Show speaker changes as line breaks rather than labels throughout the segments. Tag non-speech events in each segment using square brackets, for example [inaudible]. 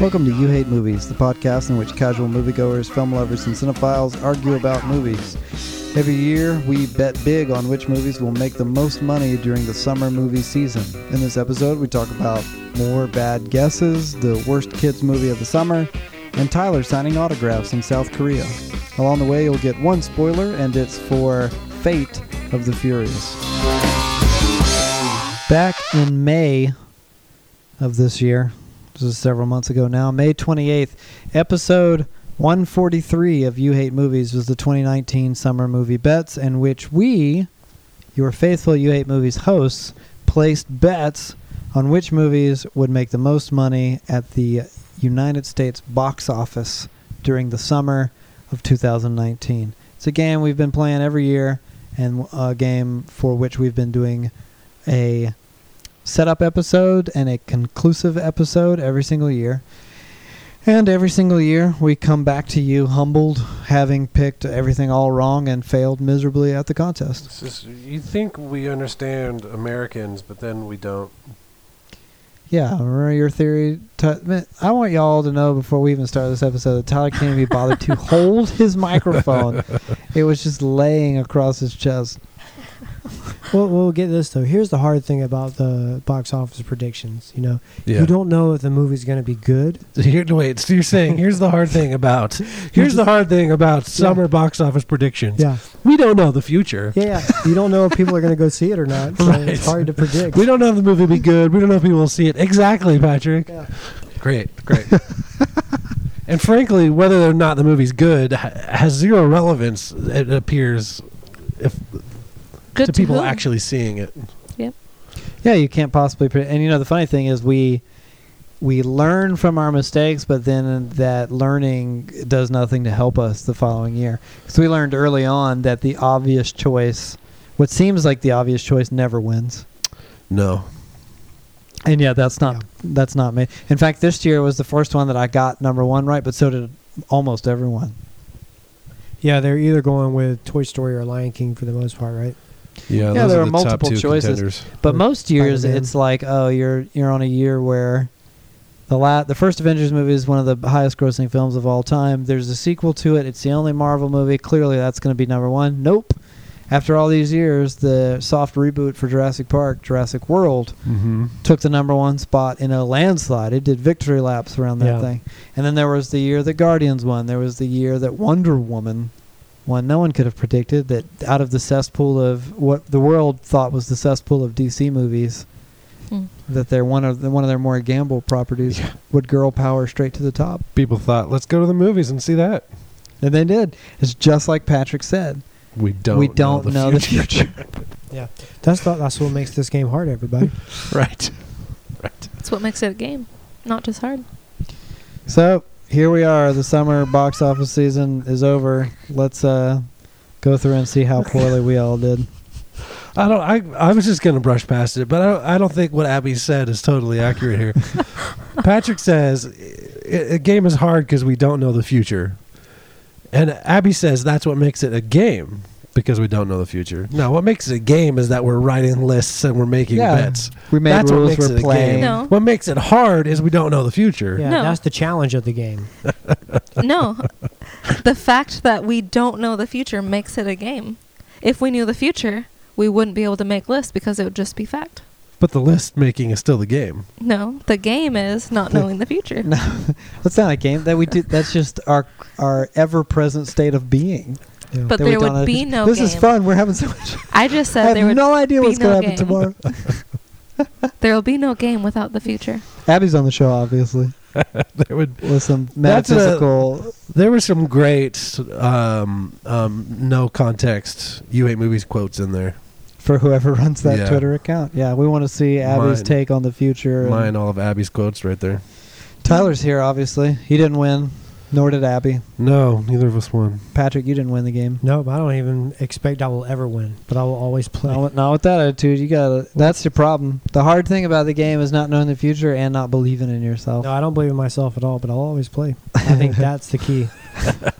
Welcome to You Hate Movies, the podcast in which casual moviegoers, film lovers, and cinephiles argue about movies. Every year, we bet big on which movies will make the most money during the summer movie season. In this episode, we talk about more bad guesses, the worst kids movie of the summer, and Tyler signing autographs in South Korea. Along the way, you'll get one spoiler, and it's for Fate of the Furious. Back in May of this year, this is several months ago now, May 28th, episode 143 of You Hate Movies was the 2019 Summer Movie Bets, in which we, your faithful You Hate Movies hosts, placed bets on which movies would make the most money at the United States box office during the summer of 2019. It's a game we've been playing every year and a game for which we've been doing a setup episode and a conclusive episode every single year. And every single year, we come back to you humbled, having picked everything all wrong and failed miserably at the contest.
It's just, you think we understand Americans, but then we don't.
Yeah, remember your theory? Ty- man, I want y'all to know before we even start this episode that Tyler can't be bothered
[laughs]
to hold his microphone. It was just laying across his chest.
Well, we'll get this though. Here's the hard thing about the box office predictions. You know, you don't know if the movie's going to be good.
Here, no, wait, so you're saying here's the hard thing
[laughs]
about here's the hard thing about summer box office predictions.
Yeah,
We don't know the future.
yeah, yeah. you don't know if people are going to go see it or not.
[laughs]
So
Right.
It's hard to predict.
We don't know if the movie will be good. We don't know if people will see it. Exactly, Patrick.
Yeah.
Great, great. [laughs] and frankly, whether or not the movie's good ha- has zero relevance. It appears if
Good
to people
who?
actually seeing it.
Yeah, you can't possibly. Pre- and you know, the funny thing is, we we learn from our mistakes, but then that learning does nothing to help us the following year. Because we learned early on that the obvious choice, what seems like the obvious choice, never wins.
No,
And yeah, that's not that's not me. In fact, this year was the first one that I got number one right, but so did almost everyone.
Yeah, they're either going with Toy Story or Lion King for the most part, right?
Yeah, those there are are the top multiple two choices. contenders. But
Or
most years,
Spider-Man.
it's like, oh, you're you're on a year where the la- the first Avengers movie is one of the highest grossing films of all time. There's a sequel to it. It's the only Marvel movie. Clearly, that's going to be number one. Nope. After all these years, the soft reboot for Jurassic Park, Jurassic World,
Mm-hmm.
took the number one spot in a landslide. It did victory laps around that
Yeah.
thing. And then there was the year that Guardians won. There was the year that Wonder Woman won. No one could have predicted that out of the cesspool of what the world thought was the cesspool of DC movies,
Mm.
that they're one of the, one of their more gamble properties
Yeah.
would girl power straight to the top.
People thought, let's go to the movies and see that.
And they did. It's just like Patrick said.
We don't.
we don't know the future.
[laughs]
That's the, that's what makes this game hard, everybody.
right. Right.
That's what makes it a game, not
[laughs]
just hard.
So here we are. The summer box office season is over. Let's uh, go through and see how poorly we all did.
I don't. I, I was just going to brush past it, but I don't, I don't think what Abby said is totally accurate
[laughs]
here. Patrick says "I- a game is hard because we don't know the future, and Abby says that's what makes it a game because we don't know the future. No, what makes it a game is that we're writing lists and we're making
Yeah.
bets.
We made
That's what
rules.
makes it a
We're
game.
playing.
No.
What makes it hard is we don't know the future.
Yeah,
No.
that's the challenge of the game.
No, the fact that we don't know the future makes it a game. If we knew the future, we wouldn't be able to make lists because it would just be fact.
But the list making is still the game. [laughs]
No, the game is not knowing the future.
That's not a game that we do. That's just our our ever present state of being.
Yeah.
But
that we
there
don't
would
know-
be no
This
game.
is fun. We're having so much.
I just
I
said there
have
would
no idea
be
what's going
no
to happen
game. [laughs]
tomorrow.
there will be no game without the future.
Abby's on the show, obviously,
There would
with some
That's a-
metaphysical.
There were some great um, um, no context you hate movies quotes in there.
for whoever runs that
Yeah.
Twitter account. Yeah, we want to see Abby's
Mine.
take on the future. and-
Mine, all of Abby's quotes right there.
Tyler's here, obviously. He didn't win, nor did Abby.
No, neither of us won.
Patrick, you didn't win the game.
Nope, I don't even expect I will ever win, but I will always play.
Not with, not with that attitude. You gotta. That's your problem. The hard thing about the game is not knowing the future and not believing in yourself.
No, I don't believe in myself at all, but I'll
[laughs]
always play. I think that's the key.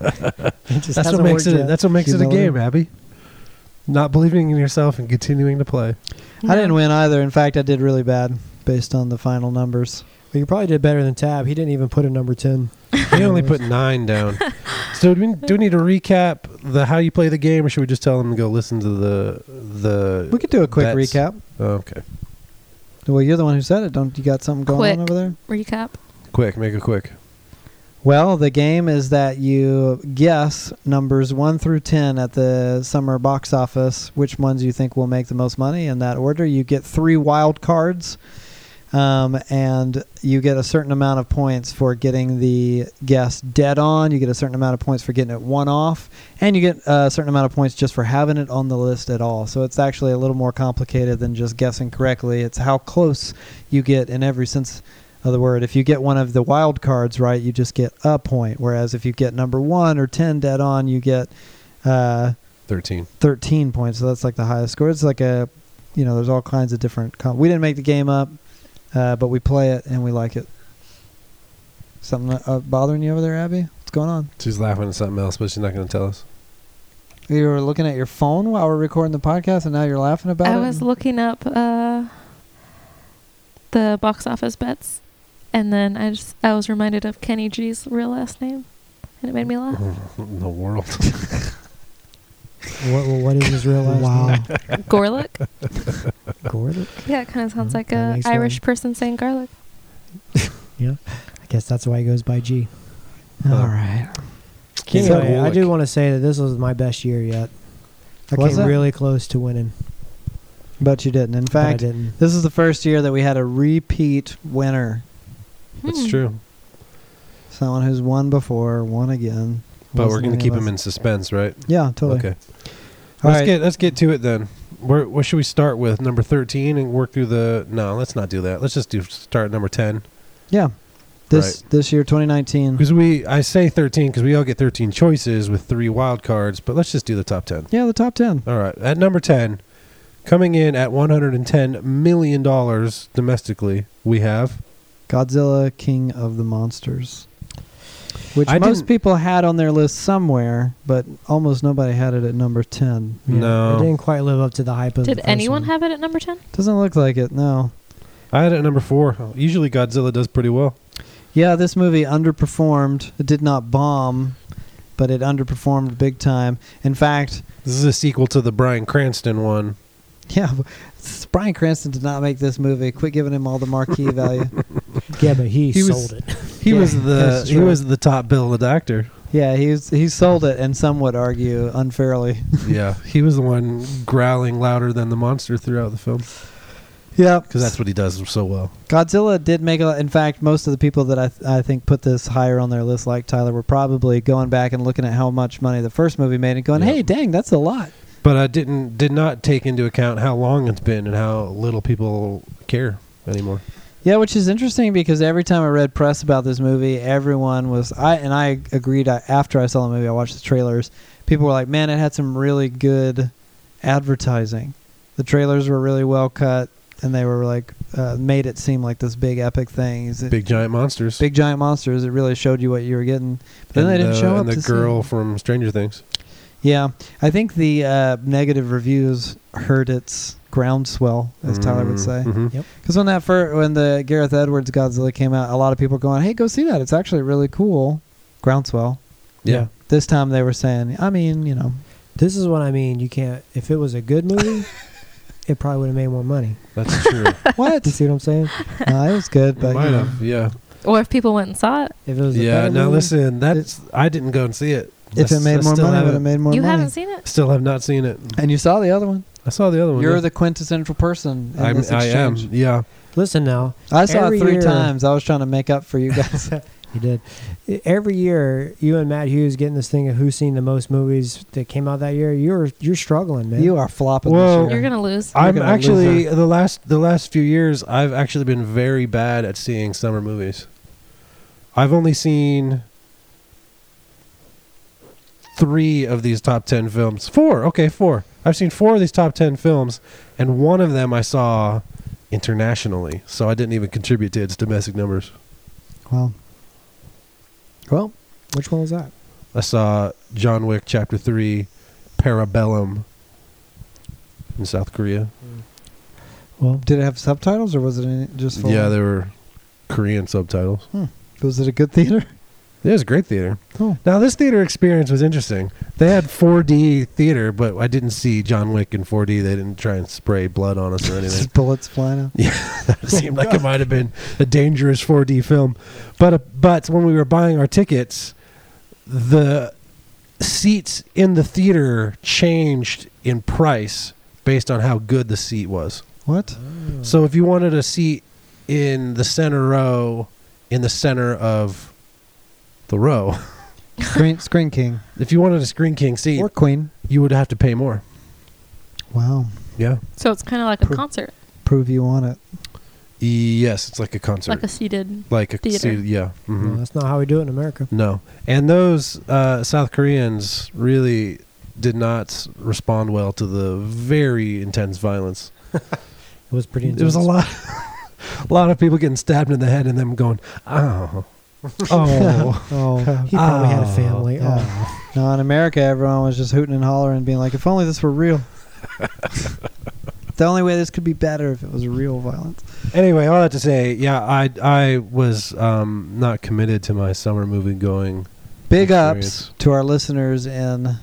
That's what makes it. That's what makes it a
Humility.
game, Abby. Not believing in yourself
[laughs]
and continuing to play.
I didn't win either. In fact, I did really bad based on the final numbers.
But you probably did better than Tab. He didn't even put a number ten.
He only put nine down. So do we, do we need to recap the how you play the game, or should we just tell them to go listen to the the?
We could do a quick
bets?
recap.
Oh, okay,
Well, you're the one who said it. Don't you got something going
Quick.
on over there?
Recap.
quick, make it quick.
Well, the game is that you guess numbers 1 through 10 at the summer box office, which ones you think will make the most money in that order. You get three wild cards, um, and you get a certain amount of points for getting the guess dead on. You get a certain amount of points for getting it one off, and you get a certain amount of points just for having it on the list at all. So it's actually a little more complicated than just guessing correctly. It's how close you get in every sense other word, if you get one of the wild cards right, you just get a point. Whereas if you get number one or ten dead on, you get uh,
Thirteen.
thirteen points. So that's like the highest score. It's like a, you know, there's all kinds of different. Com- we didn't make the game up, uh, but we play it and we like it. Something uh, bothering you over there, Abby? What's going on?
She's laughing at something else, but she's not going to tell us. [laughs]
You were looking at your phone while we're recording the podcast, and now you're laughing about
I
it.
was looking up uh, the box office bets, and then I just I was reminded of Kenny G's real last name, and it made me
[laughs]
laugh.
In the world.
What, what is his real last [laughs]
Wow.
name?
Gorlick.
Gorlick.
Yeah, it kind of sounds
Mm,
like
that
a
makes
Irish
one.
person saying garlic.
I guess that's why he goes by G.
all right.
So-
Anyway, I do want to say that this was my best year yet. I
Was
came
it?
really close to winning,
But you didn't. In
but I
fact,
didn't.
this is the first year that we had a repeat winner.
Hmm.
That's true.
Someone who's won before, won again.
But we're
Wasn't
going to
any
keep
of
him
us.
in suspense, right?
Yeah, totally.
Okay.
All
let's
right.
get let's get to it then. Where what should we start with? Number thirteen and work through the. No, let's not do that. Let's just do start at number ten
Mm-hmm. Yeah. This this year, 2019.
because we. I say thirteen because we all get thirteen choices with three wild cards. But let's just do the top ten.
Yeah, the top 10.
All right, at number ten, coming in at one hundred and ten million dollars domestically, we have
Godzilla, King of the Monsters. Which
I
most
didn't-
people had on their list somewhere, but almost nobody had it at number 10.
Yeah,
no.
I didn't quite live up to the hype of.
Did
the first
anyone
one.
have it at number ten?
Doesn't look like it, no.
I had it at number four. Usually Godzilla does pretty well.
Yeah, this movie underperformed. It did not bomb, but it underperformed big time. In fact, [laughs]
This is a sequel to the Brian Cranston one.
yeah, Brian Cranston did not make this movie. Quit giving him all the marquee value.
Yeah, but he,
He was-
sold it.
He
Yeah,
was the
that's
he
true.
was the top bill actor.
Yeah, he's he sold it, and some would argue unfairly. [laughs]
yeah, he was the one growling louder than the monster throughout the film
Yeah,
because that's what he does so well.
Godzilla did make a. In fact, most of the people that I th- I think put this higher on their list, like Tyler, were probably going back and looking at how much money the first movie made and going,
Yeah.
"Hey, dang, that's a lot."
But I didn't did not take into account how long it's been and how little people care anymore.
Yeah, which is interesting because every time I read press about this movie, everyone was I and I agreed I, after I saw the movie, I watched the trailers. People were like, "Man, it had some really good advertising. The trailers were really well cut, and they were like uh, made it seem like this big epic thing." Is it-
Big giant monsters.
big giant monsters. It really showed you what you were getting. But then
and
they didn't
the,
show up.
and
to
the
see-
girl from Stranger Things.
Yeah, I think the uh, negative reviews hurt its groundswell, as Tyler would say.
Mhm.
Because when that fir- when the Gareth Edwards Godzilla came out, a lot of people were going, "Hey, go see that! It's actually really cool." Groundswell.
Yeah.
This time they were saying, "I mean, you
[laughs]
know,
This is what I mean. You can't. If it was a good
[laughs]
movie, it probably would have made more money.
that's true.
what?
You see what I'm saying?
no, it was good, [laughs] but
Might
you know,
have, yeah,
Or if people went and saw it,
If it was a
yeah.
better
Now
movie,
listen, that's I didn't go and see it.
if
I
it
s- I
made more
still
money, it would have
haven't-
made more
you
money."
haven't seen it.
Still have not seen it.
And you saw the other one.
I saw the other one.
You're
Oh, yeah.
the quintessential person. In
I'm,
this
I am.
exchange.
Yeah,
Listen now.
I saw
Every
it three
year-
times. I was trying to make up for you
[laughs]
guys.
You did. E- Every year, you and Matt Hughes getting this thing of who's seen the most movies that came out that year. You're you're struggling, man.
you are flopping
Well-
this year.
You're gonna lose.
You're
I'm
gonna
actually the last the last few years I've actually been very bad at seeing summer movies. I've only seen three of these top ten films. Four, okay, four. I've seen four of these top ten films, and one of them I saw internationally, so I didn't even contribute to its domestic numbers.
Well, well,
Which one was that?
I saw John Wick Chapter Three, Parabellum in South Korea.
Well,
did it have subtitles or was it in- just full?
Yeah, they were Korean subtitles.
Was it a good [laughs] theater?
It was a great theater.
Oh.
Now this theater experience was interesting. They had 4D theater, but I didn't see John Wick in 4D. They didn't try and spray blood on us
[laughs]
or anything.
[laughs] Just bullets flying out.
It seemed like it might have been a dangerous 4D film. But uh, but when we were buying our tickets, the seats in the theater changed in price based on how good the seat was.
What?
Hmm.
So if you wanted a seat in the center row, in the center of the row, [laughs]
Screen, Screen King
if you wanted a Screen King seat,
or Queen?
you would have to pay more.
Wow.
Yeah.
So it's kind of like a
Pro-
concert,
Prove you want it.
Yes, it's like a concert.
like a seated.
Like a
theater.
seat- yeah. mhm.
No, that's not how we do it in America.
No. And those uh, South Koreans really did not s- respond well to the very intense violence.
It was pretty. Intense.
There was a
[laughs]
lot, a lot [laughs] of people getting stabbed in the head and them going, "Oh, oh,
[laughs] Oh.
He probably had
Oh,
a family. Oh,
no, in America, everyone was just hooting and hollering and being like, if only this were real. the only way this could be better if it was real violence.
Anyway, all that to say, yeah, I I was um, not committed to my summer movie going.
Big
Experience.
ups to our listeners in,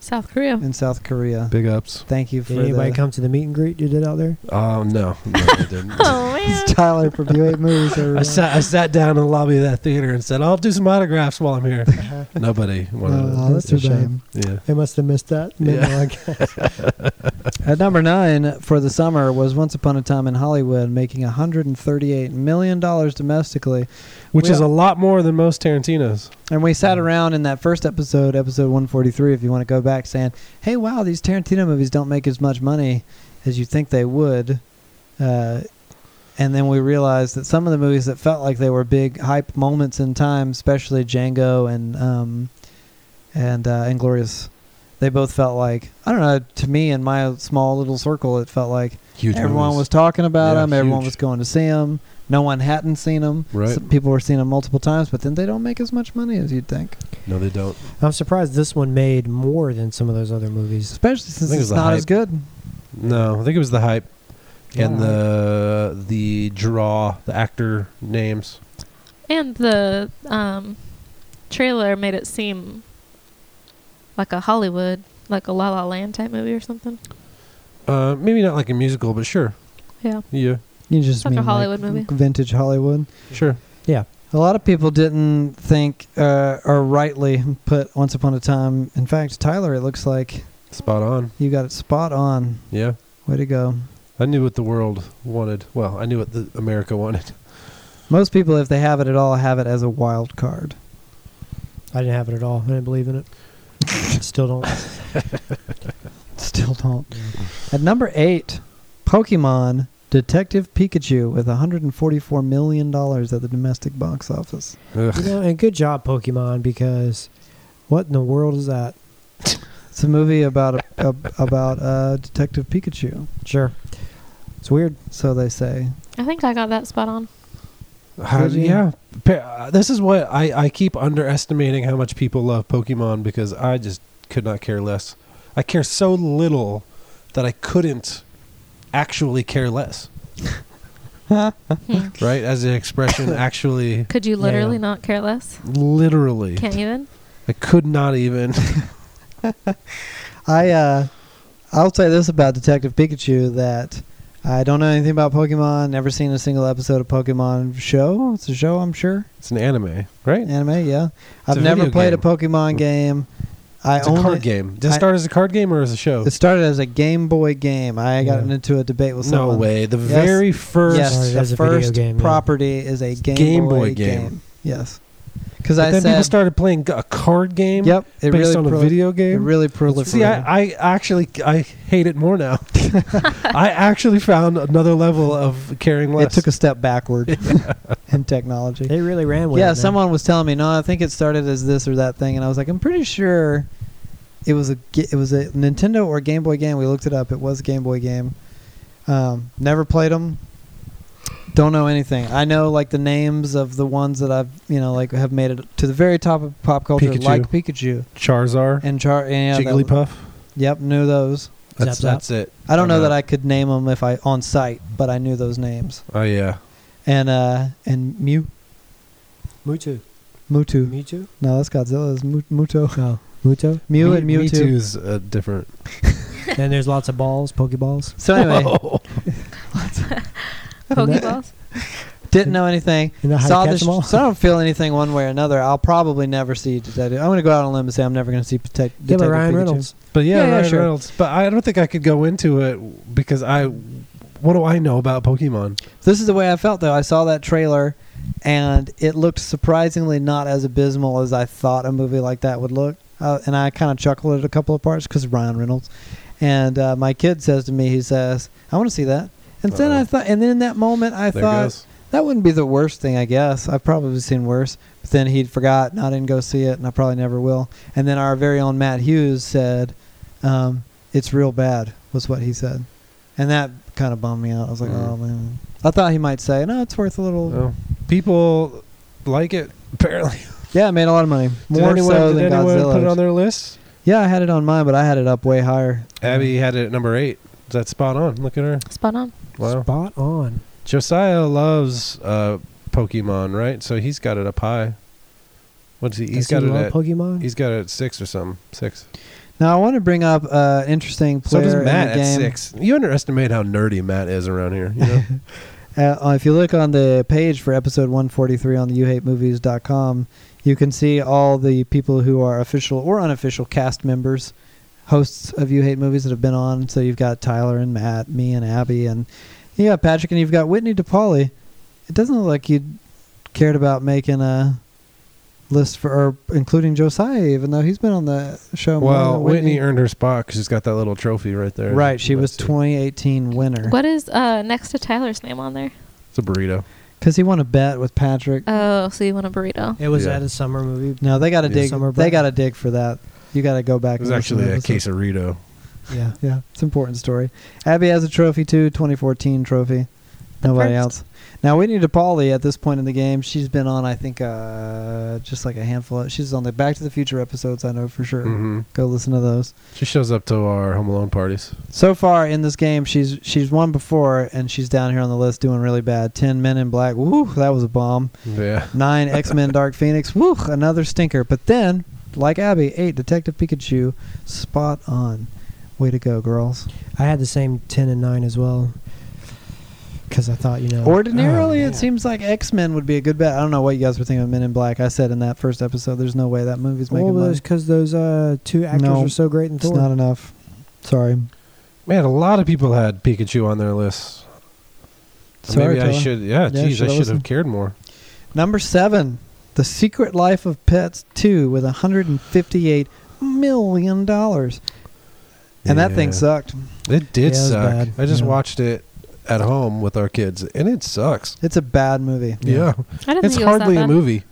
South Korea.
in South Korea.
Big ups.
Thank you for
did anybody
the,
come to the meet and greet you did out there?
Oh no, no I didn't.
[laughs] [laughs] Oh man.
[laughs]
It's Tyler from U8 Movies.
I
everyone.
sat I sat down in the lobby of that theater and said, "I'll do some autographs while I'm here."
Uh-huh.
Nobody wanted.
Oh,
to
that's a shame.
Yeah.
They must have missed that. [laughs]
Yeah.
At number nine for the summer was Once Upon a Time in Hollywood, making $138 million domestically.
which
We
is
are-
a lot more than most Tarantino's.
And we sat around in that first episode, episode 143, if you want to go back, saying, hey, wow, these Tarantino movies don't make as much money as you think they would. Uh, and then we realized that some of the movies that felt like they were big hype moments in time, especially Django and um, and uh, Inglorious, they both felt like I don't know. To me, in my small little circle, it felt like
Huge.
everyone was talking about
Yeah,
them. Everyone
huge.
was going to see them. No one hadn't seen them.
Right.
people were seeing them multiple times, but then they don't make as much money as you'd think.
no, they don't.
I'm surprised this one made more than some of those other movies.
Especially since
think it was
it's
the
not
hype.
as good.
No, I think it was the hype and
Yeah.
the the draw, the actor names.
And the um, trailer made it seem like a Hollywood, like a La La Land type movie or something.
Uh, maybe not like a musical, but sure.
Yeah.
Yeah,
You just
Such a
mean like
Hollywood movie.
vintage Hollywood.
sure.
Yeah,
A lot of people didn't think uh, or rightly put Once Upon a Time. In fact, Tyler, it looks like
Spot on.
you got it spot on.
Yeah,
Way to go.
I knew what the world wanted. Well, I knew what the America wanted.
Most people, if they have it at all, have it as a wild card.
I didn't have it at all. I didn't believe in it. [laughs] Still don't.
Still don't. At number eight, Pokemon Detective Pikachu with $144 million at the domestic box office.
You know, and good job, Pokemon, because what in the world is that?
It's a movie about a, a, about uh, Detective Pikachu.
Sure, it's weird.
So they say.
I think I got that spot
[laughs]
on.
How-
Did you?
yeah, Pa- uh, this is what I I keep underestimating how much people love Pokemon because I just could not care less. I care so little that I couldn't actually care less.
Hmm.
right? As
[laughs]
an expression, actually,
Could you
Yeah,
literally
yeah.
not care less?
literally,
Can't even.
I could not even. [laughs]
I uh, I'll say this about Detective Pikachu that I don't know anything about Pokemon. Never seen a single episode of Pokemon show. It's a show, I'm sure.
It's an anime, right?
Anime, yeah. I've
a
never
video
played a
game.
Pokemon game. I
It's a
only,
card game. Did it
I-
start as a card game or as a show?
It started as a Game Boy game. I got
Yeah.
into a debate with
no
someone.
way. The
Yes.
very first.
Yes,
Started as
the
a video
first
game, yeah.
property is a Game,
Game
Boy,
Boy
game.
game.
Yes, because
But
I
then people
said,
started playing a card game.
"Yep, it
based
really
on a
proli-
video
It
game.
really proliferated."
See, I, I actually I hate it more now. [laughs] I actually found another level of caring
it
less.
took a step
[laughs]
backward in technology.
They really ran with it.
yeah,
man.
someone was telling me, no, I think it started as this or that thing, and I was like, I'm pretty sure it was a ga- it was a Nintendo or Game Boy game. We looked it up. It was a Game Boy game. Um, never played them. Don't know anything. I know like the names of the ones that I've you know like have made it to the very top of pop culture,
Pikachu.
like Pikachu
Charizard,
and Char. And yeah, that-
Jigglypuff.
yep, knew those.
That's
Zap,
that's it.
I don't
Or
know
not.
that I could name them if I on site, but I knew those names.
Oh yeah.
and uh and Mew
Mutu.
Mutu.
Mewtwo?
No, that's Godzilla. It's Mu- Muto.
No. Muto?
Mew and
Me-
Mewtwo.
Mewtwo's uh, different.
and there's lots of balls, Pokeballs.
So
[laughs]
anyway,
[laughs]
Pokeballs.
didn't know anything.
You know how
Saw
to
this.
catch them all?
So I don't feel anything one way or another. I'll probably never see Detective. I'm gonna go out on a limb and say I'm never gonna see Detective.
Yeah, but
Detective
Ryan
Pikachu.
Reynolds.
But yeah,
Yeah, yeah,
Ryan
sure.
Reynolds. But I don't think I could go into it because I. What do I know about Pokemon?
This is the way I felt though. I saw that trailer, and it looked surprisingly not as abysmal as I thought a movie like that would look. Uh, and I kind of chuckled at a couple of parts because Ryan Reynolds. And uh, my kid says to me, he says, "I want to see that." And then I
Uh-oh.
thought, and then in that moment, I
there
thought
goes.
that wouldn't be the worst thing, I guess. I've probably seen worse. But then he'd forgotten. I didn't go see it, and I probably never will. And then our very own Matt Hughes said, um, "It's real bad," was what he said, and that kind of bummed me out. I was like,
Mm.
"Oh man." I thought he might say, "No, it's worth a little."
Well, Oh. people like it apparently.
Yeah, it made a lot of money,
Did
more
anyone,
so
did
than
anyone
Godzilla.
put it on their list?
yeah, I had it on mine, but I had it up way higher.
Abby had it at number eight. That's spot on. Look at her.
Spot on.
Wow.
Spot on.
Josiah loves uh, Pokemon, right? So he's got it up high. What's he? He's got
Does he
it
love
at.
Pokemon?
He's got it at six or something. Six.
Now I want to bring up uh, interesting
So
player
does Matt
in the
at
game.
six. You underestimate how nerdy Matt is around here.
[laughs]
You know?
Uh, if you look on the page for episode 143 on the youhatemovies.com, you can see all the people who are official or unofficial cast members, hosts of You Hate Movies that have been on. So you've got Tyler and Matt, me and Abby, and you got Patrick, and you've got Whitney DePauli. It doesn't look like you cared about making a list for, or including Josiah, even though he's been on the show. more
well,
than
Whitney earned her spot because she's got that little trophy right there.
Right, she was
Let's see.
2018 winner.
What is uh, next to Tyler's name on there?
It's a burrito.
Because he won a bet with Patrick.
Oh, so you want a burrito?
it was
Yeah.
at a summer movie.
No, they got to
Yeah.
dig.
Summer
They
break.
got to dig for that. You got to go back.
It was
and listen to
actually a
the episode.
quesarito.
Yeah.
Yeah, it's an important story. Abby has a trophy too, 2014 trophy.
The
Nobody
first.
else. Now Whitney DePauli at this point in the game, she's been on I think uh, just like a handful. Of, she's on the Back to the Future episodes. I know for sure.
Mm-hmm.
Go listen to those.
She shows up to our Home Alone parties.
So far in this game, she's she's won before, and she's down here on the list doing really bad. Ten Men in Black. Woo, that was a bomb.
Yeah.
[laughs]
Nine X Men Dark Phoenix. Woo, another stinker. But then, like Abby, eight Detective Pikachu. Spot on. Way to go, girls.
I had the same 10 and 9 as well. Because I thought, you know.
Ordinarily,
Oh,
it
man.
seems like X Men would be a good bet. I don't know what you guys were thinking of Men in Black. I said in that first episode, there's no way that movie's
well,
making money.
because those uh, two actors
No,
were so great in
It's
Thor.
not enough. Sorry.
Man, a lot of people had Pikachu on their list. So
Sorry,
Maybe I
Tyler.
should. Yeah,
Yeah,
geez,
should I
I should
listen?
have cared more.
Number seven, The Secret Life of Pets 2 with 158 million dollars, and that
Yeah.
thing sucked.
It did
Yeah, it was
suck.
bad.
I just
Yeah.
watched it at home with our kids, and it sucks.
It's a bad movie.
Yeah,
I didn't
it's
think it was
hardly
that
a
bad.
movie.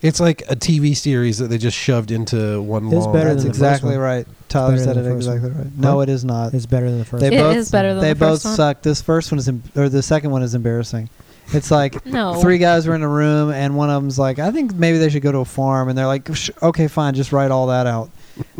It's like a TV series that they just shoved into one
It was
long.
better
that's
than the first
exactly
one.
right. Tyler
better
said
than
it
the first one.
exactly right. No,
Huh?
it is not.
It's better than the first
They
It
one.
is
both-
better than
they
the
both
first one.
suck. This first one is, em- or the second one is embarrassing. It's
[laughs]
like
No.
three guys were in a room, and one of them's like, "I think maybe they should go to a farm," and they're like, "Sh- "Okay, fine, just write all that out."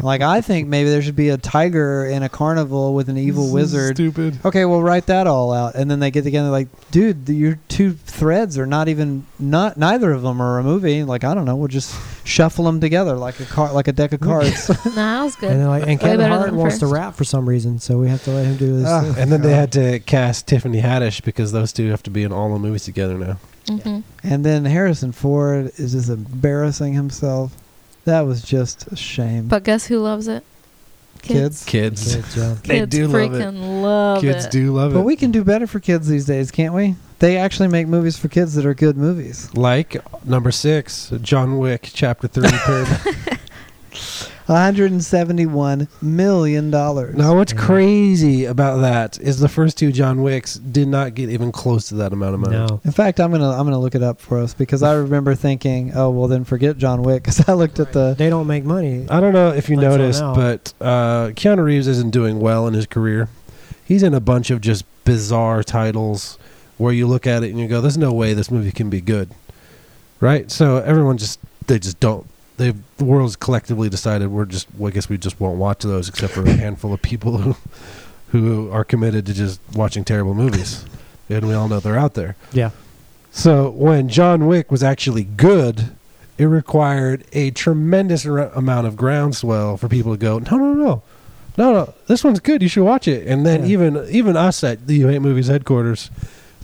like, I think maybe there should be a tiger in a carnival with an evil wizard.
Stupid.
Okay, well, write that all out, and then they get together, like, "Dude, the, your two threads are not even not neither of them are a movie." Like, I don't know, we'll just shuffle them together like a car, like a deck of cards.
Nah, that was
And,
good.
they're like, and
Way
Kevin
better
Hart
than
wants to
first.
rap for some reason, so we have to let him do this.
Ah.
And then they had to cast Tiffany Haddish because those two have to be in all the movies together now.
hmm
And then Harrison Ford is just embarrassing himself. That was just a shame.
But guess who loves it?
kids.
Kids,
Kids, yeah.
they
Kids
do love it.
freaking love
Kids
it.
do love
But
it.
we can do better for kids these days, can't we? They actually make movies for kids that are good movies.
like number six, John Wick, Chapter [laughs] Three. Paradox.
$171 million.
Now, what's
Yeah.
crazy about that is the first two John Wicks did not get even close to that amount of money.
No.
In fact, I'm gonna I'm gonna look it up for us because I remember thinking, oh well, then forget John Wick because I looked at the
They don't make money.
Uh,
I don't know if you
Until
noticed,
now.
but uh, Keanu Reeves isn't doing well in his career. He's in a bunch of just bizarre titles where you look at it and you go, "There's no way this movie can be good," right? So everyone just they just don't. They the world's collectively decided we're just. Well, I guess we just won't watch those except for a handful of people who who are committed to just watching terrible movies, and we all know they're out there.
Yeah.
So when John Wick was actually good, it required a tremendous ar- amount of groundswell for people to go, no, no, no, no, no, this one's good. You should watch it. And then
Yeah.
even even us at the You Hate Movies headquarters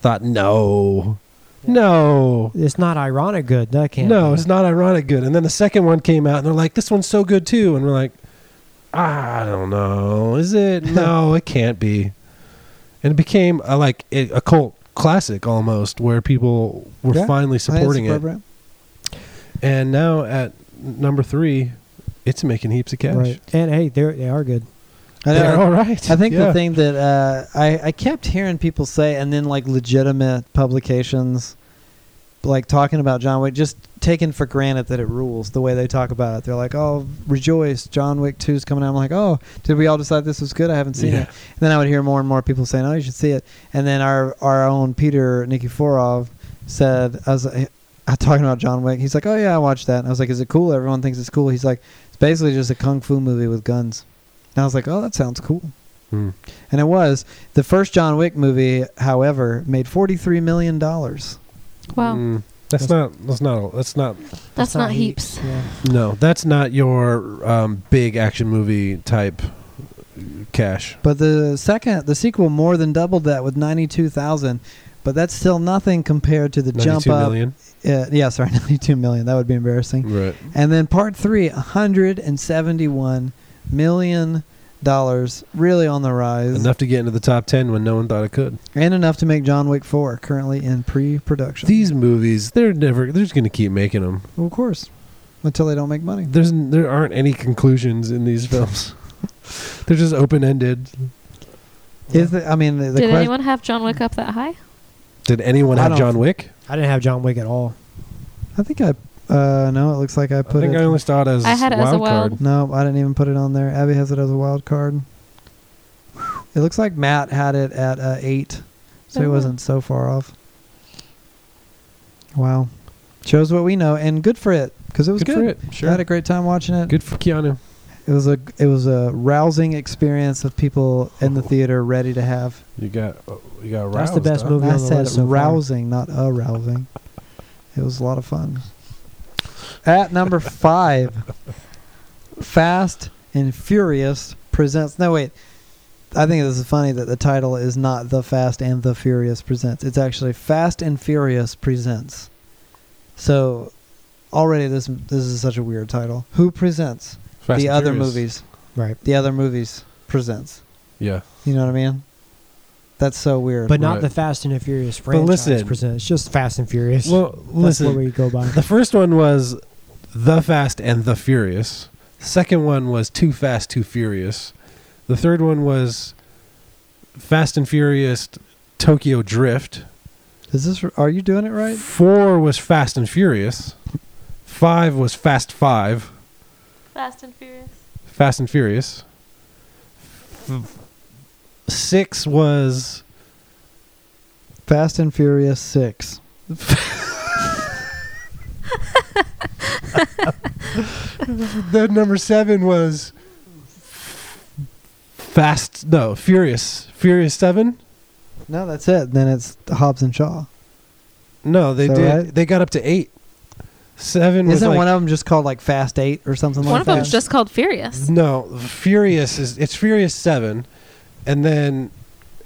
thought, no, no,
It's not ironic good. That can't.
no,
be.
it's not ironic good. And then the second one came out, and they're like, this one's so good too. And we're like, I don't know,
[laughs]
is it? No, it can't be. And it became a, like a a cult classic almost, where people were
Yeah,
finally
I think it's
supporting it.
appropriate.
And now at number three, it's making heaps of cash.
right. And hey, they they are good.
I
They're
know.
all right.
I think
Yeah.
the thing that uh, I I kept hearing people say, and then like legitimate publications, like talking about John Wick, just taken for granted that it rules the way they talk about it. They're like, "Oh, rejoice, John Wick 2's coming out." I'm like, "Oh, did we all decide this was good? I haven't seen
Yeah.
it." And then I would hear more and more people saying, "Oh, you should see it." And then our our own Peter Nikiforov said, "I was." I was [laughs] talking about John Wick, he's like, "Oh yeah, I watched that." And I was like, "Is it cool? Everyone thinks it's cool." He's like, "It's basically just a kung fu movie with guns." And I was like, "Oh, that sounds cool."
Hmm.
And it was the first John Wick movie, however, made forty-three million dollars.
Wow.
Mm. That's not. That's not. That's not.
That's, not, heaps.
Yeah.
No, that's not your um, big action movie type cash.
But the second, the sequel, more than doubled that with ninety-two thousand. But that's still nothing compared to the jump
Ninety-two
up.
million.
Uh, yeah, sorry, [laughs] ninety-two million. That would be embarrassing.
Right.
And then part three, hundred and seventy-one million dollars, really on the rise,
Enough to get into the top ten when no one thought it could.
and enough to make John Wick four currently in pre-production.
These movies, they're never. They're just gonna keep making them.
Well, of course, until they don't make money.
There's n- there aren't any conclusions in these films. [laughs] they're just open ended.
Is the, I mean, the, the
Did
question.
anyone have John Wick up that high?
Did anyone
I
have
don't-
John Wick?
I didn't have John Wick at all.
I think I. Uh, no, it looks like I
I
put
think
it.
I only saw it as
I had it as a
wild card.
wild-
no, I didn't even put it on there. Abby has it as a wild card. It looks like Matt had it at uh, eight, so he
Oh.
wasn't so far off. Wow, shows what we know, and good for it because it was good.
for it. Sure.
I had a great time watching it.
Good for Keanu.
It was a it was a rousing experience of people in the
Oh.
theater ready to have.
You got oh, you got
That's the best
huh?
movie.
I
on the
said
list so far.
rousing, not arousing. It was a lot of fun. At number five, Fast and Furious presents. No, wait. I think this is funny that the title is not The Fast and the Furious Presents. It's actually Fast and Furious Presents. So already this this is such a weird title. Who presents
Fast
the
and
other
Furious.
movies?
Right.
The other movies presents.
Yeah.
You know what I mean? That's so weird.
But not
Right.
the Fast and the Furious franchise.
listen-
presents. It's just Fast and Furious.
Well,
That's what
listen.
we go by.
The first one was The Fast and the Furious. Second one was Too Fast, Too Furious. The third one was Fast and Furious Tokyo Drift.
is this? Are you doing it right?
Four was Fast and Furious. Five was Fast Five.
Fast and Furious.
Fast and Furious. F- Six was
Fast and Furious Six.
the number seven was Fast no Furious Furious Seven.
No, that's it. Then it's Hobbs and Shaw.
No, they
Is that
did.
right?
They got up to eight. Seven was
Isn't
like,
one of them just called like Fast Eight or something
One
like
of
that?
them's just called Furious.
no Furious is it's Furious Seven, and then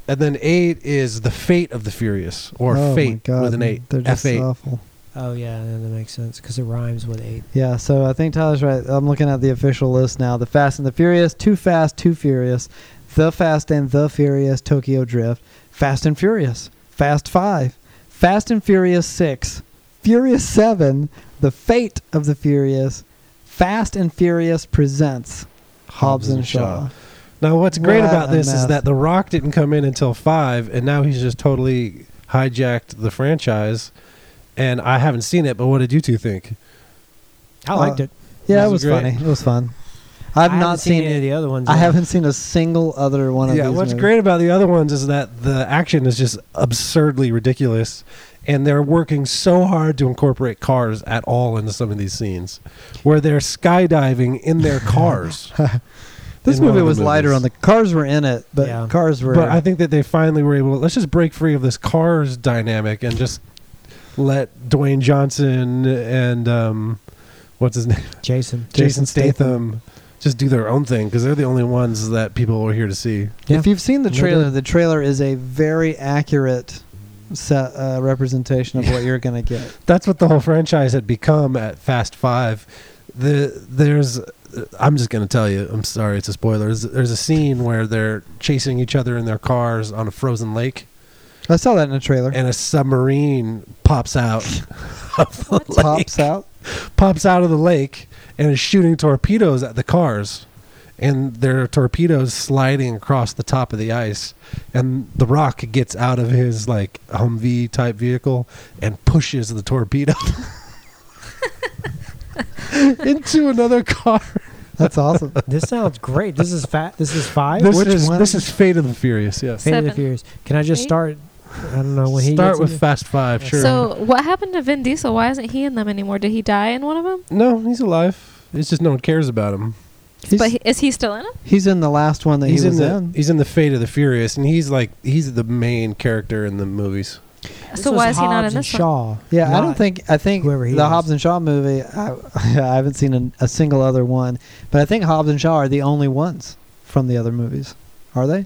and then eight is the Fate of the Furious or
Oh my
Fate
God,
with an eight
They're just
F eight.
awful.
oh yeah, that makes sense because it rhymes with eight.
Yeah, so I think Tyler's right. I'm looking at the official list now. The Fast and the Furious, Too Fast, Too Furious, The Fast and the Furious, Tokyo Drift, Fast and Furious, Fast Five, Fast and Furious Six, Furious Seven, The Fate of the Furious, Fast and Furious Presents Hobbs, and Shaw.
Now, what's great
What
about
a
this
mess.
is that The Rock didn't come in until five, and now he's just totally hijacked the franchise. And I haven't seen it, but what did you two think?
I
Uh,
liked it.
Yeah, it was
This is great.
funny. It was fun. I've
I haven't
not seen,
any of
it.
the other ones.
I
yet.
haven't seen a single other one of
yeah,
these.
what's
movies.
great about the other ones is that the action is just absurdly ridiculous, and they're working so hard to incorporate cars at all into some of these scenes, where they're skydiving
[laughs]
in their cars.
This
in one
movie
of the
was lighter
movies.
on the cars were in it, but
Yeah.
cars were.
But I think that they finally were able. To, let's just break free of this cars dynamic and just let Dwayne Johnson and um, what's his name,
Jason.
Jason Statham, just do their own thing because they're the only ones that people are here to see.
Yeah.
If you've seen the
No
trailer,
doubt.
the trailer is a very accurate set, uh, representation of what you're going to get.
That's what the whole franchise had become at Fast Five. The there's, I'm just gonna tell you. I'm sorry, it's a spoiler. There's, there's a scene where they're chasing each other in their cars on a frozen lake,
I saw that in the trailer.
and a submarine pops out, of the lake-
Pops out.
pops out of the lake, and is shooting torpedoes at the cars, and their torpedoes sliding across the top of the ice, and the Rock gets out of his like Humvee type vehicle and pushes the torpedo. [laughs] into another car.
That's awesome.
This sounds great. This is fat. This is five.
This
Which
is
one?
this is Fate of the Furious. Yes.
Fate of the
Seven.
Furious. Can I just
Eight?
start? I don't know when he
Start
gets
with
in-
Fast Five. Sure.
So what happened to Vin Diesel? Why isn't he in them anymore? Did he die in one of them?
no, he's alive. It's just no one cares about him.
He's,
but he, is he still in them?
he's in the last one that
he's
he
in
was
the
in.
he's in the Fate of the Furious, and he's like he's the main character in the movies.
This
so
was
why is he not
Hobbs
in
and
this one?
Shaw.
Yeah, I
not-
don't think I think
whoever he
the
is.
Hobbs and Shaw movie. I, [laughs] I haven't seen a, a single other one, but I think Hobbs and Shaw are the only ones from the other movies. Are they?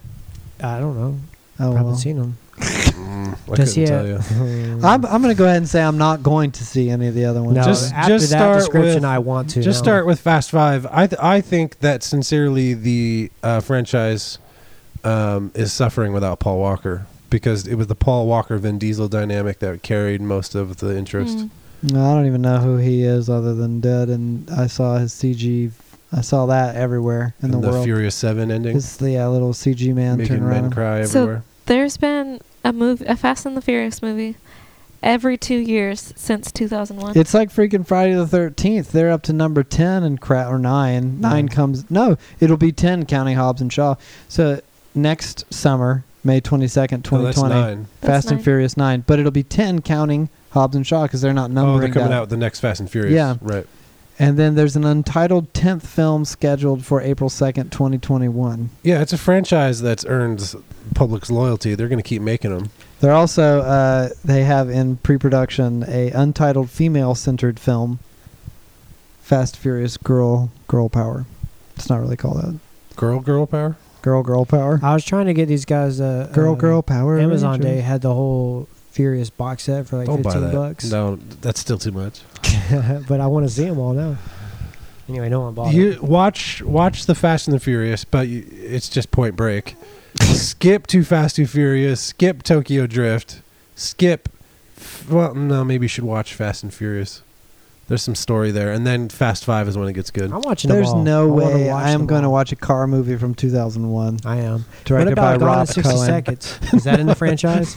I don't know.
Oh,
I haven't
well.
seen him.
Mm, I
Does
couldn't
he?
tell you.
[laughs] have-
I'm I'm going to go ahead and say I'm not going to see any of the other ones.
no,
[laughs] Just-
after
just
that
start
description,
with-
I want to. um,
Just
now.
start with Fast Five. I th- I think that sincerely the uh, franchise um, is suffering without Paul Walker because it was the Paul Walker Vin Diesel dynamic that carried most of the interest.
Hmm.
Mm.
No, I don't even know who he is other than dead, and I saw his CG. I saw that everywhere in the,
And the,
world.
Furious Seven ending,
It's the yeah, little CG man turn
making men
around.
cry
So-
everywhere.
There's been a movie, a Fast and the Furious movie, every two years since 2001.
It's like freaking Friday the Thirteenth. They're up to number ten and crap or
Hmm.
nine. Nine comes no, it'll be ten counting Hobbs and Shaw. So next summer, May twenty second,
No,
twenty
Oh, that's
twenty,
nine.
Fast
That's
and
nine.
Furious nine, but it'll be ten counting Hobbs and Shaw because they're not
Oh,
numbering.
they're coming
down.
out with the next Fast and Furious.
Yeah.
right.
And then there's an untitled tenth film scheduled for April second, twenty twenty one.
Yeah, it's a franchise that's earned public's loyalty. They're going to keep making them.
They're also uh, they have in pre-production a untitled female-centered film, Fast Furious Girl Girl Power. It's not really called that.
Girl, girl power.
Girl Girl Power.
I was trying to get these guys. Uh,
girl
uh,
Girl Power.
Amazon
Rangers.
Day had the whole Furious box set for like
Don't buy
fifteen
that.
bucks.
No, that's still too much.
[laughs] but I want to see them all now. Anyway, no one bought
You
it.
watch watch the Fast and the Furious, but you, it's just Point Break. skip Too Fast Too Furious. Skip Tokyo Drift. Skip. f- Well, no, maybe you should watch Fast and Furious. There's some story there, and then Fast Five is when it gets good.
I'm watching. them
There's
all.
no
I wanna
way
watch
I am
them
going to
all.
watch a car movie from 2001
I am. What
directed by
about Gone in
Rob
60
Cohen.
Seconds? Is that in the [laughs] franchise?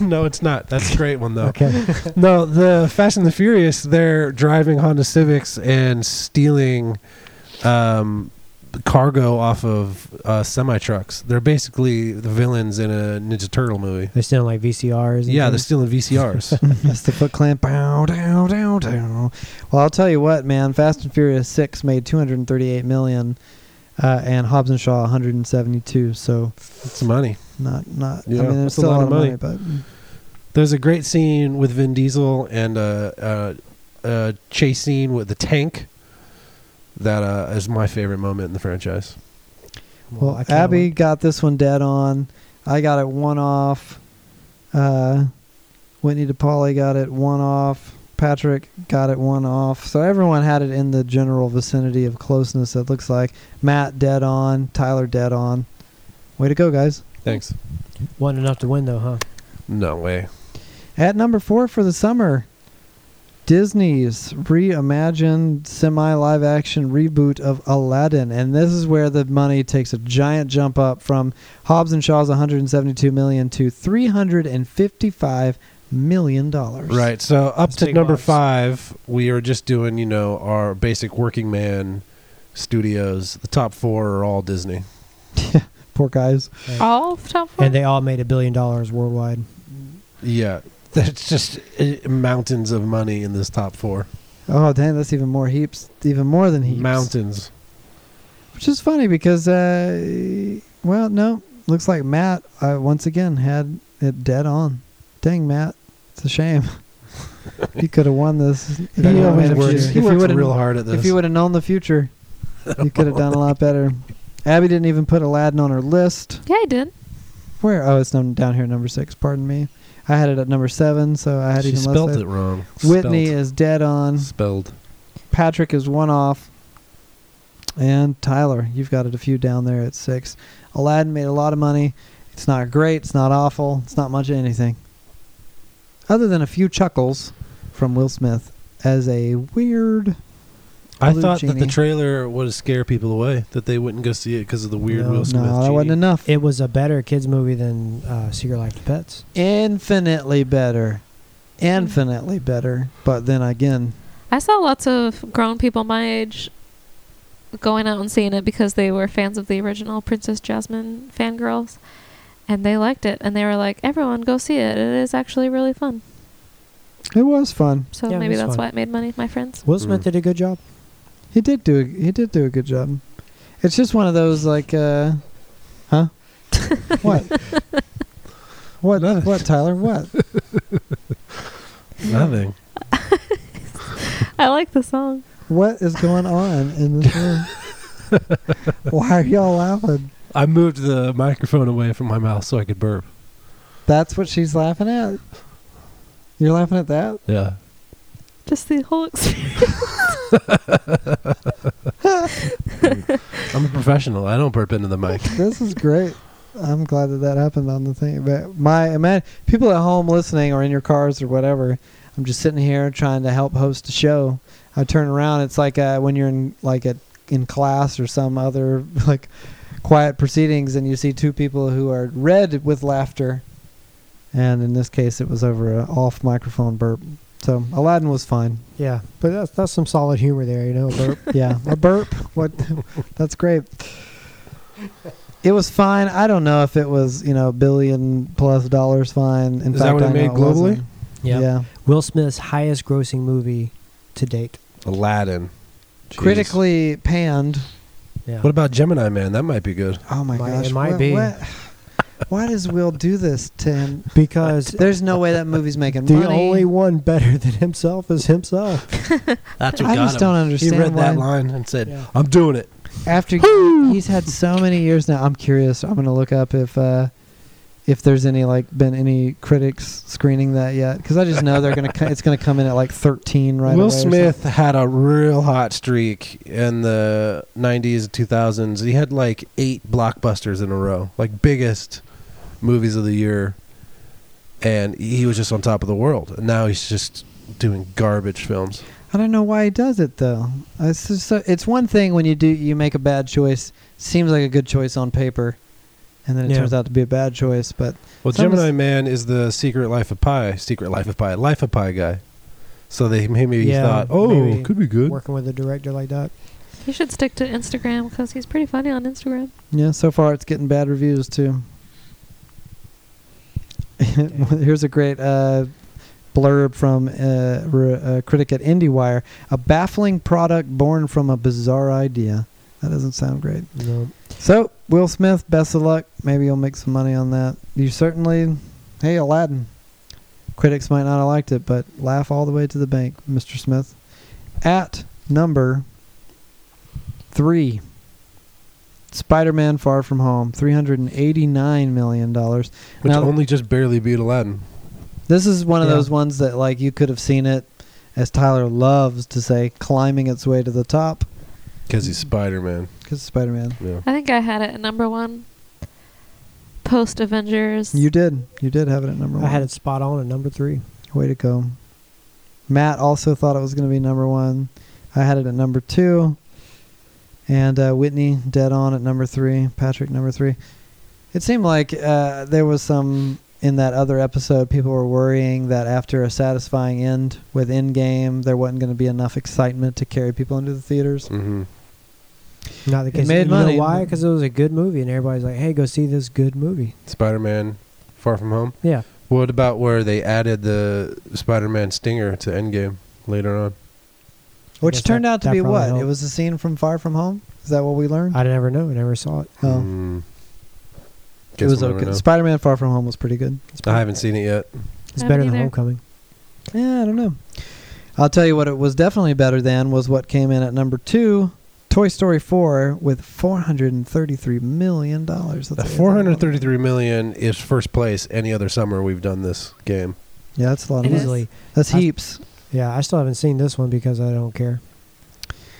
[laughs] no, it's not. That's a great one though.
Okay.
[laughs] No, the Fast and the Furious, they're driving Honda Civics and stealing um, cargo off of uh, semi trucks. They're basically the villains in a Ninja Turtle movie.
They're still like VCRs. And
Yeah, they're
things.
stealing
[laughs]
VCRs.
That's the Foot Clan. Bow, down, down, down. Well, I'll tell you what, man. Fast and Furious Six made 238 million, uh, and Hobbs and Shaw 172. So
it's money.
not not.
Yeah,
I mean,
that's
it's still a lot of money,
There's a great scene with Vin Diesel and a, a, a chase scene with the tank. That uh, is my favorite moment in the franchise.
but well,
I can't
Abby
wait.
got this one dead on. I got it one off. Uh, Whitney DePauli got it one off. Patrick got it one off. So everyone had it in the general vicinity of closeness. It looks like Matt dead on, Tyler dead on. Way to go, guys.
Thanks.
Wasn't enough to win though, huh?
No way.
At number four for the summer, Disney's reimagined semi live action reboot of Aladdin. And this is where the money takes a giant jump up from Hobbs and Shaw's 172 million to 355 million dollars.
Right. So up
Those
to
big
number
bucks.
five, we are just doing, you know, our basic working man studios. The top four are all Disney.
[laughs] Poor guys.
all of the top four.
And they all made a billion dollars worldwide.
Yeah. [laughs] That's just uh, mountains of money in this top four.
Oh, dang, that's even more heaps, even more than heaps.
Mountains.
Which is funny because, uh, well, no, looks like Matt uh, once again had it dead on. Dang, Matt, it's a shame. [laughs] you could have won this. If
He
you
always
would've-
works.
if
He
you
works
would've-
real hard at this.
If you would have known the future, you could have done a
[laughs]
lot better. Abby didn't even put Aladdin on her list.
Yeah, I did.
Where? Oh, it's num- down here, number six. Pardon me. I had it at number seven, so I had
she
even
spelled
less.
it wrong.
Whitney
Spelled.
is dead on.
spelled.
Patrick is one off. And Tyler, you've got it a few down there at six. Aladdin made a lot of money. It's not great. It's not awful. It's not much of anything. Other than a few chuckles from Will Smith as a weird.
I
Blue
thought that
Genie.
the trailer would scare people away that they wouldn't go see it because of the weird
No,
Will Smith.
no, that
genie.
wasn't enough.
It was a better kids movie than uh, Secret Life of Pets.
Infinitely better. Infinitely better. But then again,
I saw lots of grown people my age going out and seeing it because they were fans of the original Princess Jasmine fangirls. And they liked it. And they were like, everyone go see it. It is actually really fun.
it was fun.
So
Yeah, it
maybe
was
that's
fun.
why it made money, my friends.
Will Smith
Mm.
did a good job.
He did do a, he did do a good job. It's just one of those like uh huh? what? What
Nothing.
what Tyler? What?
Nothing.
I like the song.
What is going on in this room? Why are y'all laughing?
I moved the microphone away from my mouth so I could burp.
That's what she's laughing at. You're laughing at that?
Yeah.
Just the whole [laughs] experience.
I'm a professional. I don't burp into the mic.
This is great. I'm glad that that happened on the thing. But my ima- people at home listening or in your cars or whatever, I'm just sitting here trying to help host a show. I turn around. It's like uh, when you're in like at in class or some other [laughs] like quiet proceedings, and you see two people who are red with laughter. And in this case, it was over an off microphone burp. So Aladdin was fine.
Yeah, but that's that's some solid humor there, you know. [laughs] Burp.
Yeah, a burp. What? That's great. It was fine. I don't know if it was you know billion plus dollars fine. In
Is that
fact,
what it
I know
made globally?
wasn't. Yeah,
Will Smith's highest grossing movie to date.
Aladdin. Jesus.
critically panned.
Yeah.
What about Gemini Man? That might be good.
Oh my
Might- it
gosh,
might
what-
be.
what- Why does Will do this to him?
because
There's no way that movie's making
the
money.
only one better than himself is himself.
That's
I just don't
He
understand
read
why.
that line and said,
Yeah.
"I'm doing it."
After he's had so many years now, I'm curious. I'm gonna look up if uh, if there's any like been any critics screening that yet, because I just know they're gonna [laughs] co- it's gonna come in at like 13 right away
Will
or something.
Smith had a real hot streak in the 90s and 2000s. He had like eight blockbusters in a row, like biggest movies of the year. And he was just on top of the world. And now he's just doing garbage films.
I don't know why he does it though. It's just so, it's one thing when you do you make a bad choice, seems like a good choice on paper, and then it
Yeah.
turns out to be a bad choice. But
Well,
Some
Gemini
is-
Man is the Secret Life of Pi, Secret Life of Pi, Life of Pi guy. So they maybe he
Yeah,
thought, oh,
maybe
could be good.
Working with a director like that.
He should stick to Instagram because he's pretty funny on Instagram.
yeah, so far it's getting bad reviews too. [laughs] Here's a great uh, blurb from uh, re- a critic at IndieWire: "A baffling product born from a bizarre idea." That doesn't sound great.
No.
So Will Smith, best of luck. Maybe you'll make some money on that. You certainly, hey Aladdin. Critics might not have liked it, but laugh all the way to the bank, Mr. Smith. At number three, Spider-Man: Far From Home, three hundred and eighty-nine million dollars.
Which
Now-
only just barely beat Aladdin.
This is one of
Yeah.
those ones that like you could have seen it, as Tyler loves to say, climbing its way to the top
Because he's Spider Man.
because Spider-Man.
Yeah.
I think I had it at number one. Post Avengers.
You did, you did have it at number one.
I had it spot on at number three.
Way to go. Matt also thought it was going to be number one. I had it at number two. And uh, Whitney dead on at number three. Patrick number three. It seemed like uh, there was some in that other episode. People were worrying that after a satisfying end with Endgame, there wasn't going to be enough excitement to carry people into the theaters.
Mm-hmm.
Not the
It
case.
made
you
money.
Know why? Because it was a good movie, and everybody's like, "Hey, go see this good movie."
Spider Man Far From Home.
Yeah.
What about where they added the Spider-Man stinger to Endgame later on?
Which
guess
turned
that-
out to
that
be
probably
what? It
helped.
was a scene from Far From Home? Is that what we learned?
I never know. I never saw it.
Oh.
Mm.
it
Guess
was
we'll never
okay.
know.
Spider Man Far From Home was pretty good.
It's
I haven't seen it yet.
It's
I
better
haven't
than
either.
Homecoming.
Yeah, I don't know. I'll tell you what it was definitely better than was what came in at number two, Toy Story 4 with $433 million. That's
The
a-
433 million is first place any other summer we've done this game.
Yeah, that's a lot of
It
money.
is.
easily.
That's heaps.
Yeah, I still haven't seen this one because I don't care.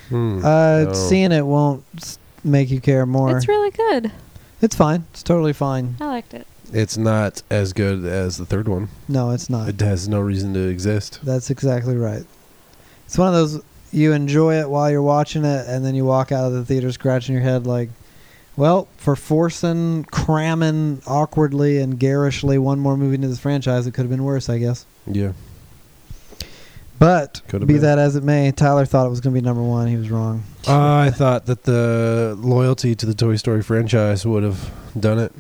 Hmm.
Uh,
No.
Seeing it won't s- make you care more.
It's really good.
it's fine. It's totally fine.
I liked it.
It's not as good as the third one.
No, it's not.
It has no reason to exist.
That's exactly right. It's one of those you enjoy it while you're watching it, and then you walk out of the theater scratching your head like, well, for forcing, cramming awkwardly and garishly one more movie into this franchise, it could have been worse, I guess.
Yeah.
But
Could have
be
been.
that as it may, Tyler thought it was going to be number one. He was wrong.
I thought that the loyalty to the Toy Story franchise would have done it.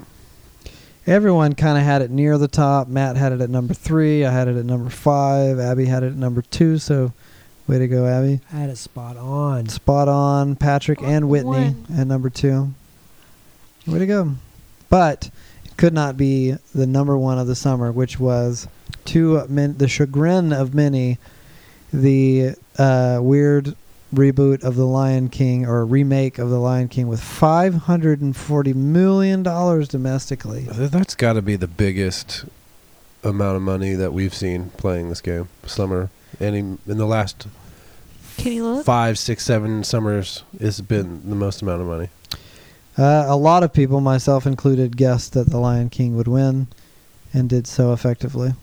Everyone kind of had it near the top. Matt had it at number three. I had it at number five. Abby had it at number two. So, way to go, Abby.
I had it spot on.
Spot on, Patrick and Whitney
One.
at number two. Way to go. But it could not be the number one of the summer, which was to min- the chagrin of many, the uh, weird reboot of The Lion King or remake of The Lion King with $540 million domestically.
Th- That's got to be the biggest amount of money that we've seen playing this game summer. Any in the last
Can you look?
five, six, seven summers, it's been the most amount of money.
Uh, a lot of people, myself included, guessed that The Lion King would win and did so effectively.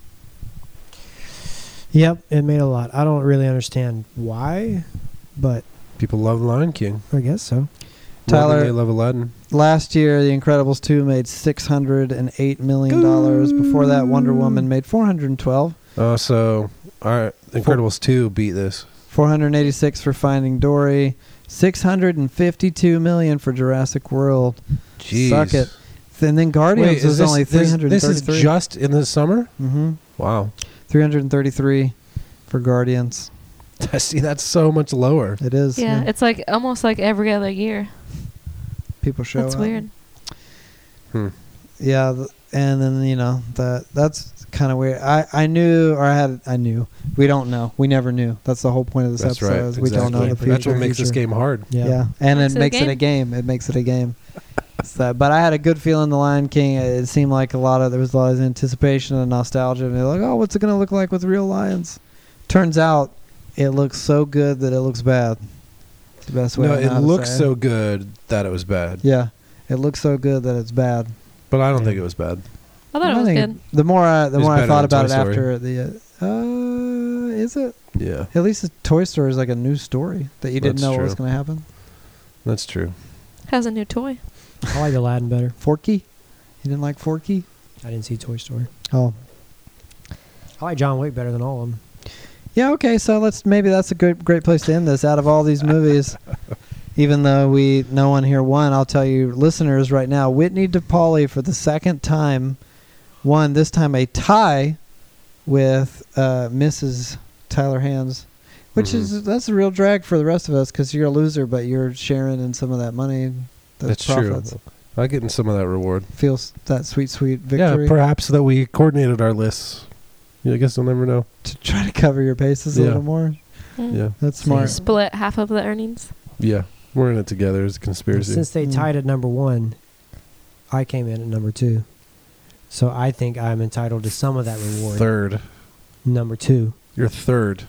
Yep, it made a lot. I don't really understand why, but
People love Lion King.
I guess so.
Tyler,
Tyler-
they love Aladdin.
Last year, The Incredibles 2 made $608 million. Before that, Wonder Woman made 412
Uh, so, all right, Incredibles two beat this.
486 for Finding Dory, 652 million for Jurassic World.
Jeez.
Suck it. And then Guardians was
Wait, is this,
only
this-
333.
This is just in the summer.
mm-hmm.
Wow. [laughs]
333 for Guardians.
See, that's so much lower.
It is.
Yeah, it's like almost like every other year.
people show
That's
up.
weird.
Hmm.
Yeah, th- and then you know that that's kind of weird. I I knew or I had I knew. We don't know. We never knew. That's the whole point of this
That's
episode.
right.
Is We don't know the
exactly.
future.
That's what makes this game hard.
Yeah,
Yeah.
and
Makes
it
it a
makes it a game. It makes it a game. so, but I had a good feeling. The Lion King. It seemed like a lot of there was a lot of anticipation and nostalgia, and they're like, oh, what's it gonna look like with real lions? Turns out, it looks so good that it looks bad. It's the best way.
No,
I know
it
how to
looks
say
so good that it was bad,
Yeah, it looks so good that it's bad.
but I don't think it was bad.
I thought it
I
was
think
good.
The more I, the
It's
more I
better
thought
than
about
Toy
it
Story.
after the uh, uh, is it
Yeah,
at least the Toy Story is like a new story that you didn't
That's
know what was
true.
going to happen.
that's true.
Has a new toy.
I like Aladdin better.
Forky, you didn't like Forky?
I didn't see Toy Story.
Oh,
I like John Wick better than all of them.
yeah. Okay, so let's maybe that's a good great place to end this. Out of all these
[laughs]
movies, even though we no one here won, I'll tell you, listeners, right now, Whitney DePauli for the second time won. This time a tie with uh, Mrs. Tyler Hands. Which
Mhm.
is that's a real drag for the rest of us because you're a loser, but you're sharing in some of that money.
That's true. I get in some of that reward.
Feels that sweet, sweet victory
Yeah, perhaps that we coordinated our lists. Yeah, I guess we'll never know.
to try to cover your bases a
Yeah.
little more.
Mm.
Yeah,
That's smart.
Split half of the earnings.
yeah, we're in it together. It's a conspiracy.
Since they
Mm.
tied at number one, I came in at number two. So I think I'm entitled to some of that reward.
Third,
Number two.
you're third.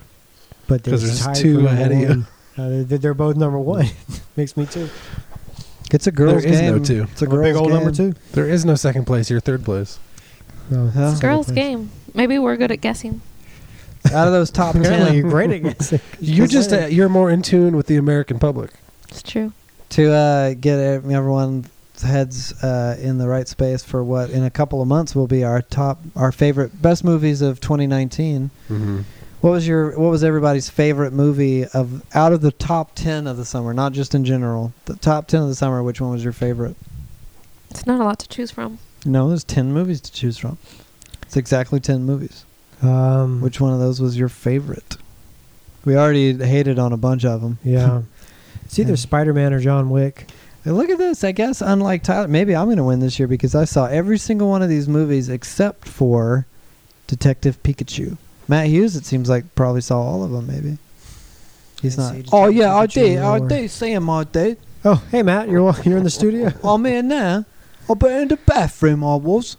But they're
'Cause there's
tied
two
for number
ahead of you.
one. [laughs] Uh, they- they're, both number one. [laughs] Makes me two.
It's a girls'
There is
game.
no two.
It's a
I'm a
girls'
big old
game.
number two.
There is no second place. You're third place.
No,
Huh?
It's
That's
girls' game. Maybe we're good at guessing.
Out of those [laughs] top
[laughs] Apparently, you're
ten,
great against it.
You're just uh, you're more in tune with the American public.
It's true.
to uh, get ev- everyone's heads uh, in the right space for what in a couple of months will be our top, our favorite, best movies of 2019.
Mm-hmm.
What was your what was everybody's favorite movie of out of the top 10 of the summer, not just in general. The top 10 of the summer, which one was your favorite?
It's not a lot to choose from.
No, there's 10 movies to choose from. Mm-hmm. It's exactly 10 movies.
Um,
Which one of those was your favorite? We already hated on a bunch of them. [laughs]
yeah. It's either
Yeah.
Spider Man or John Wick.
Look at this. I guess unlike Tyler, maybe I'm going to win this year because I saw every single one of these movies except for Detective Pikachu. Matt Hughes, it seems like, probably saw all of them, maybe. He's
Yes,
not.
he just
Oh,
didn't
yeah, I
look at you
did. I
lower."
did see him, I did.
Oh, hey Matt, you're wa-
[laughs]
you're in the studio.
I'm here now. I've been in the bathroom, I was.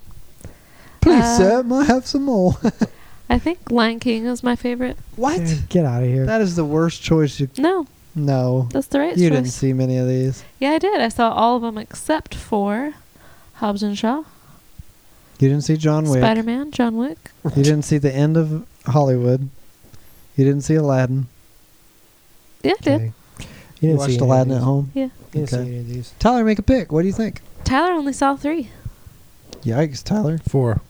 Please,
Uh,
sir, may I have some more? [laughs]
I think Lion King is my favorite.
what?
Yeah, Get out of here.
That is the worst choice you.
No,
No.
that's the right
You
choice.
didn't see many of these.
Yeah, I did. I saw all of them except for Hobbs and Shaw,
You didn't see John Wick.
Spider Man, John Wick.
You didn't see the end of Hollywood. You didn't see Aladdin.
Yeah, I did.
Okay.
You,
You didn't see
watched
any of
Aladdin at
these.
home.
You didn't
Okay.
see any of these.
Tyler, make a pick. What do you think?
Tyler only saw three.
Yikes,
[laughs]
Tyler.
Four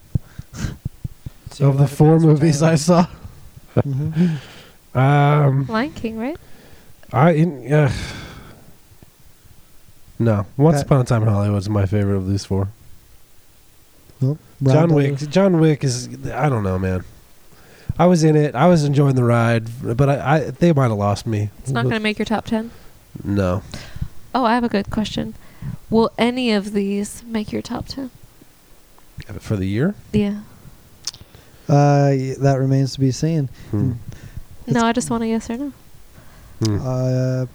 See
of
a
the
lot
four
guys with
movies I
Tyler.
saw.
Mhm.
Um,
Lion King, right?
I in, uh, [sighs] no. Once
Pat-
upon a time in Hollywood is my favorite of these four.
Well, round
John
up.
Wick. John Wick is. I don't know, man. I was in it. I was enjoying the ride, but I, I they might have lost me.
It's not going to make your top ten.
No.
Oh, I have a good question. Will any of these make your top ten?
For the year.
Yeah.
Uh, y- that remains to be seen.
Hmm.
No, I just want a yes or no.
Hmm.
Uh,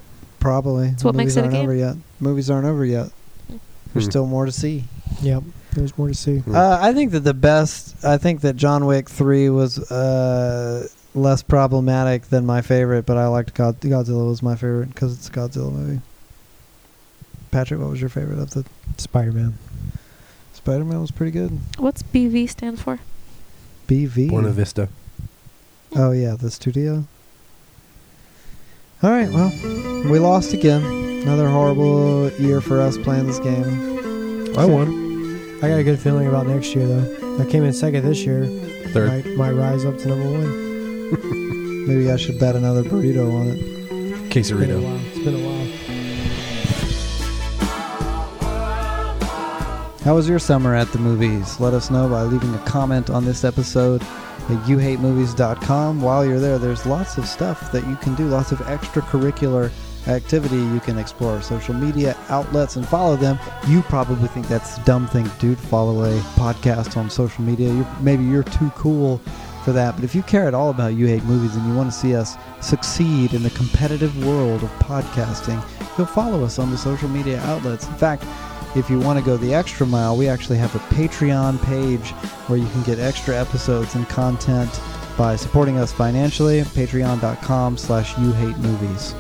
probably.
It's what
Movies
makes it a
aren't
game.
over yet. Movies aren't over yet. There's
Hmm.
still more to see.
Yep. There's more to see.
Hmm.
Uh, I think that the best. I think that John Wick three was uh, less problematic than my favorite, but I liked God, Godzilla was my favorite because it's a Godzilla movie. Patrick, what was your favorite of the
Spider Man.
Spider Man? Was pretty good.
What's BV stand for?
BV.
Buena Vista.
Oh yeah, the studio. All right, well, we lost again. Another horrible year for us playing this game.
I won.
I got a good feeling about next year though. I came in second this year.
Third.
Might, might rise up to number one.
Maybe I should bet another burrito on it.
It's been a
Quesarito.
while. It's been a while.
How was your summer at the movies? Let us know by leaving a comment on this episode at youhatemovies.com. While you're there, there's lots of stuff that you can do, lots of extracurricular activity you can explore, social media outlets, and follow them. You probably think that's a dumb thing to do to follow a podcast on social media. You're, maybe you're too cool for that. But if you care at all about You Hate Movies and you want to see us succeed in the competitive world of podcasting, you'll follow us on the social media outlets. In fact, if you want to go the extra mile, we actually have a Patreon page where you can get extra episodes and content by supporting us financially. Patreon.com slash you hate movies.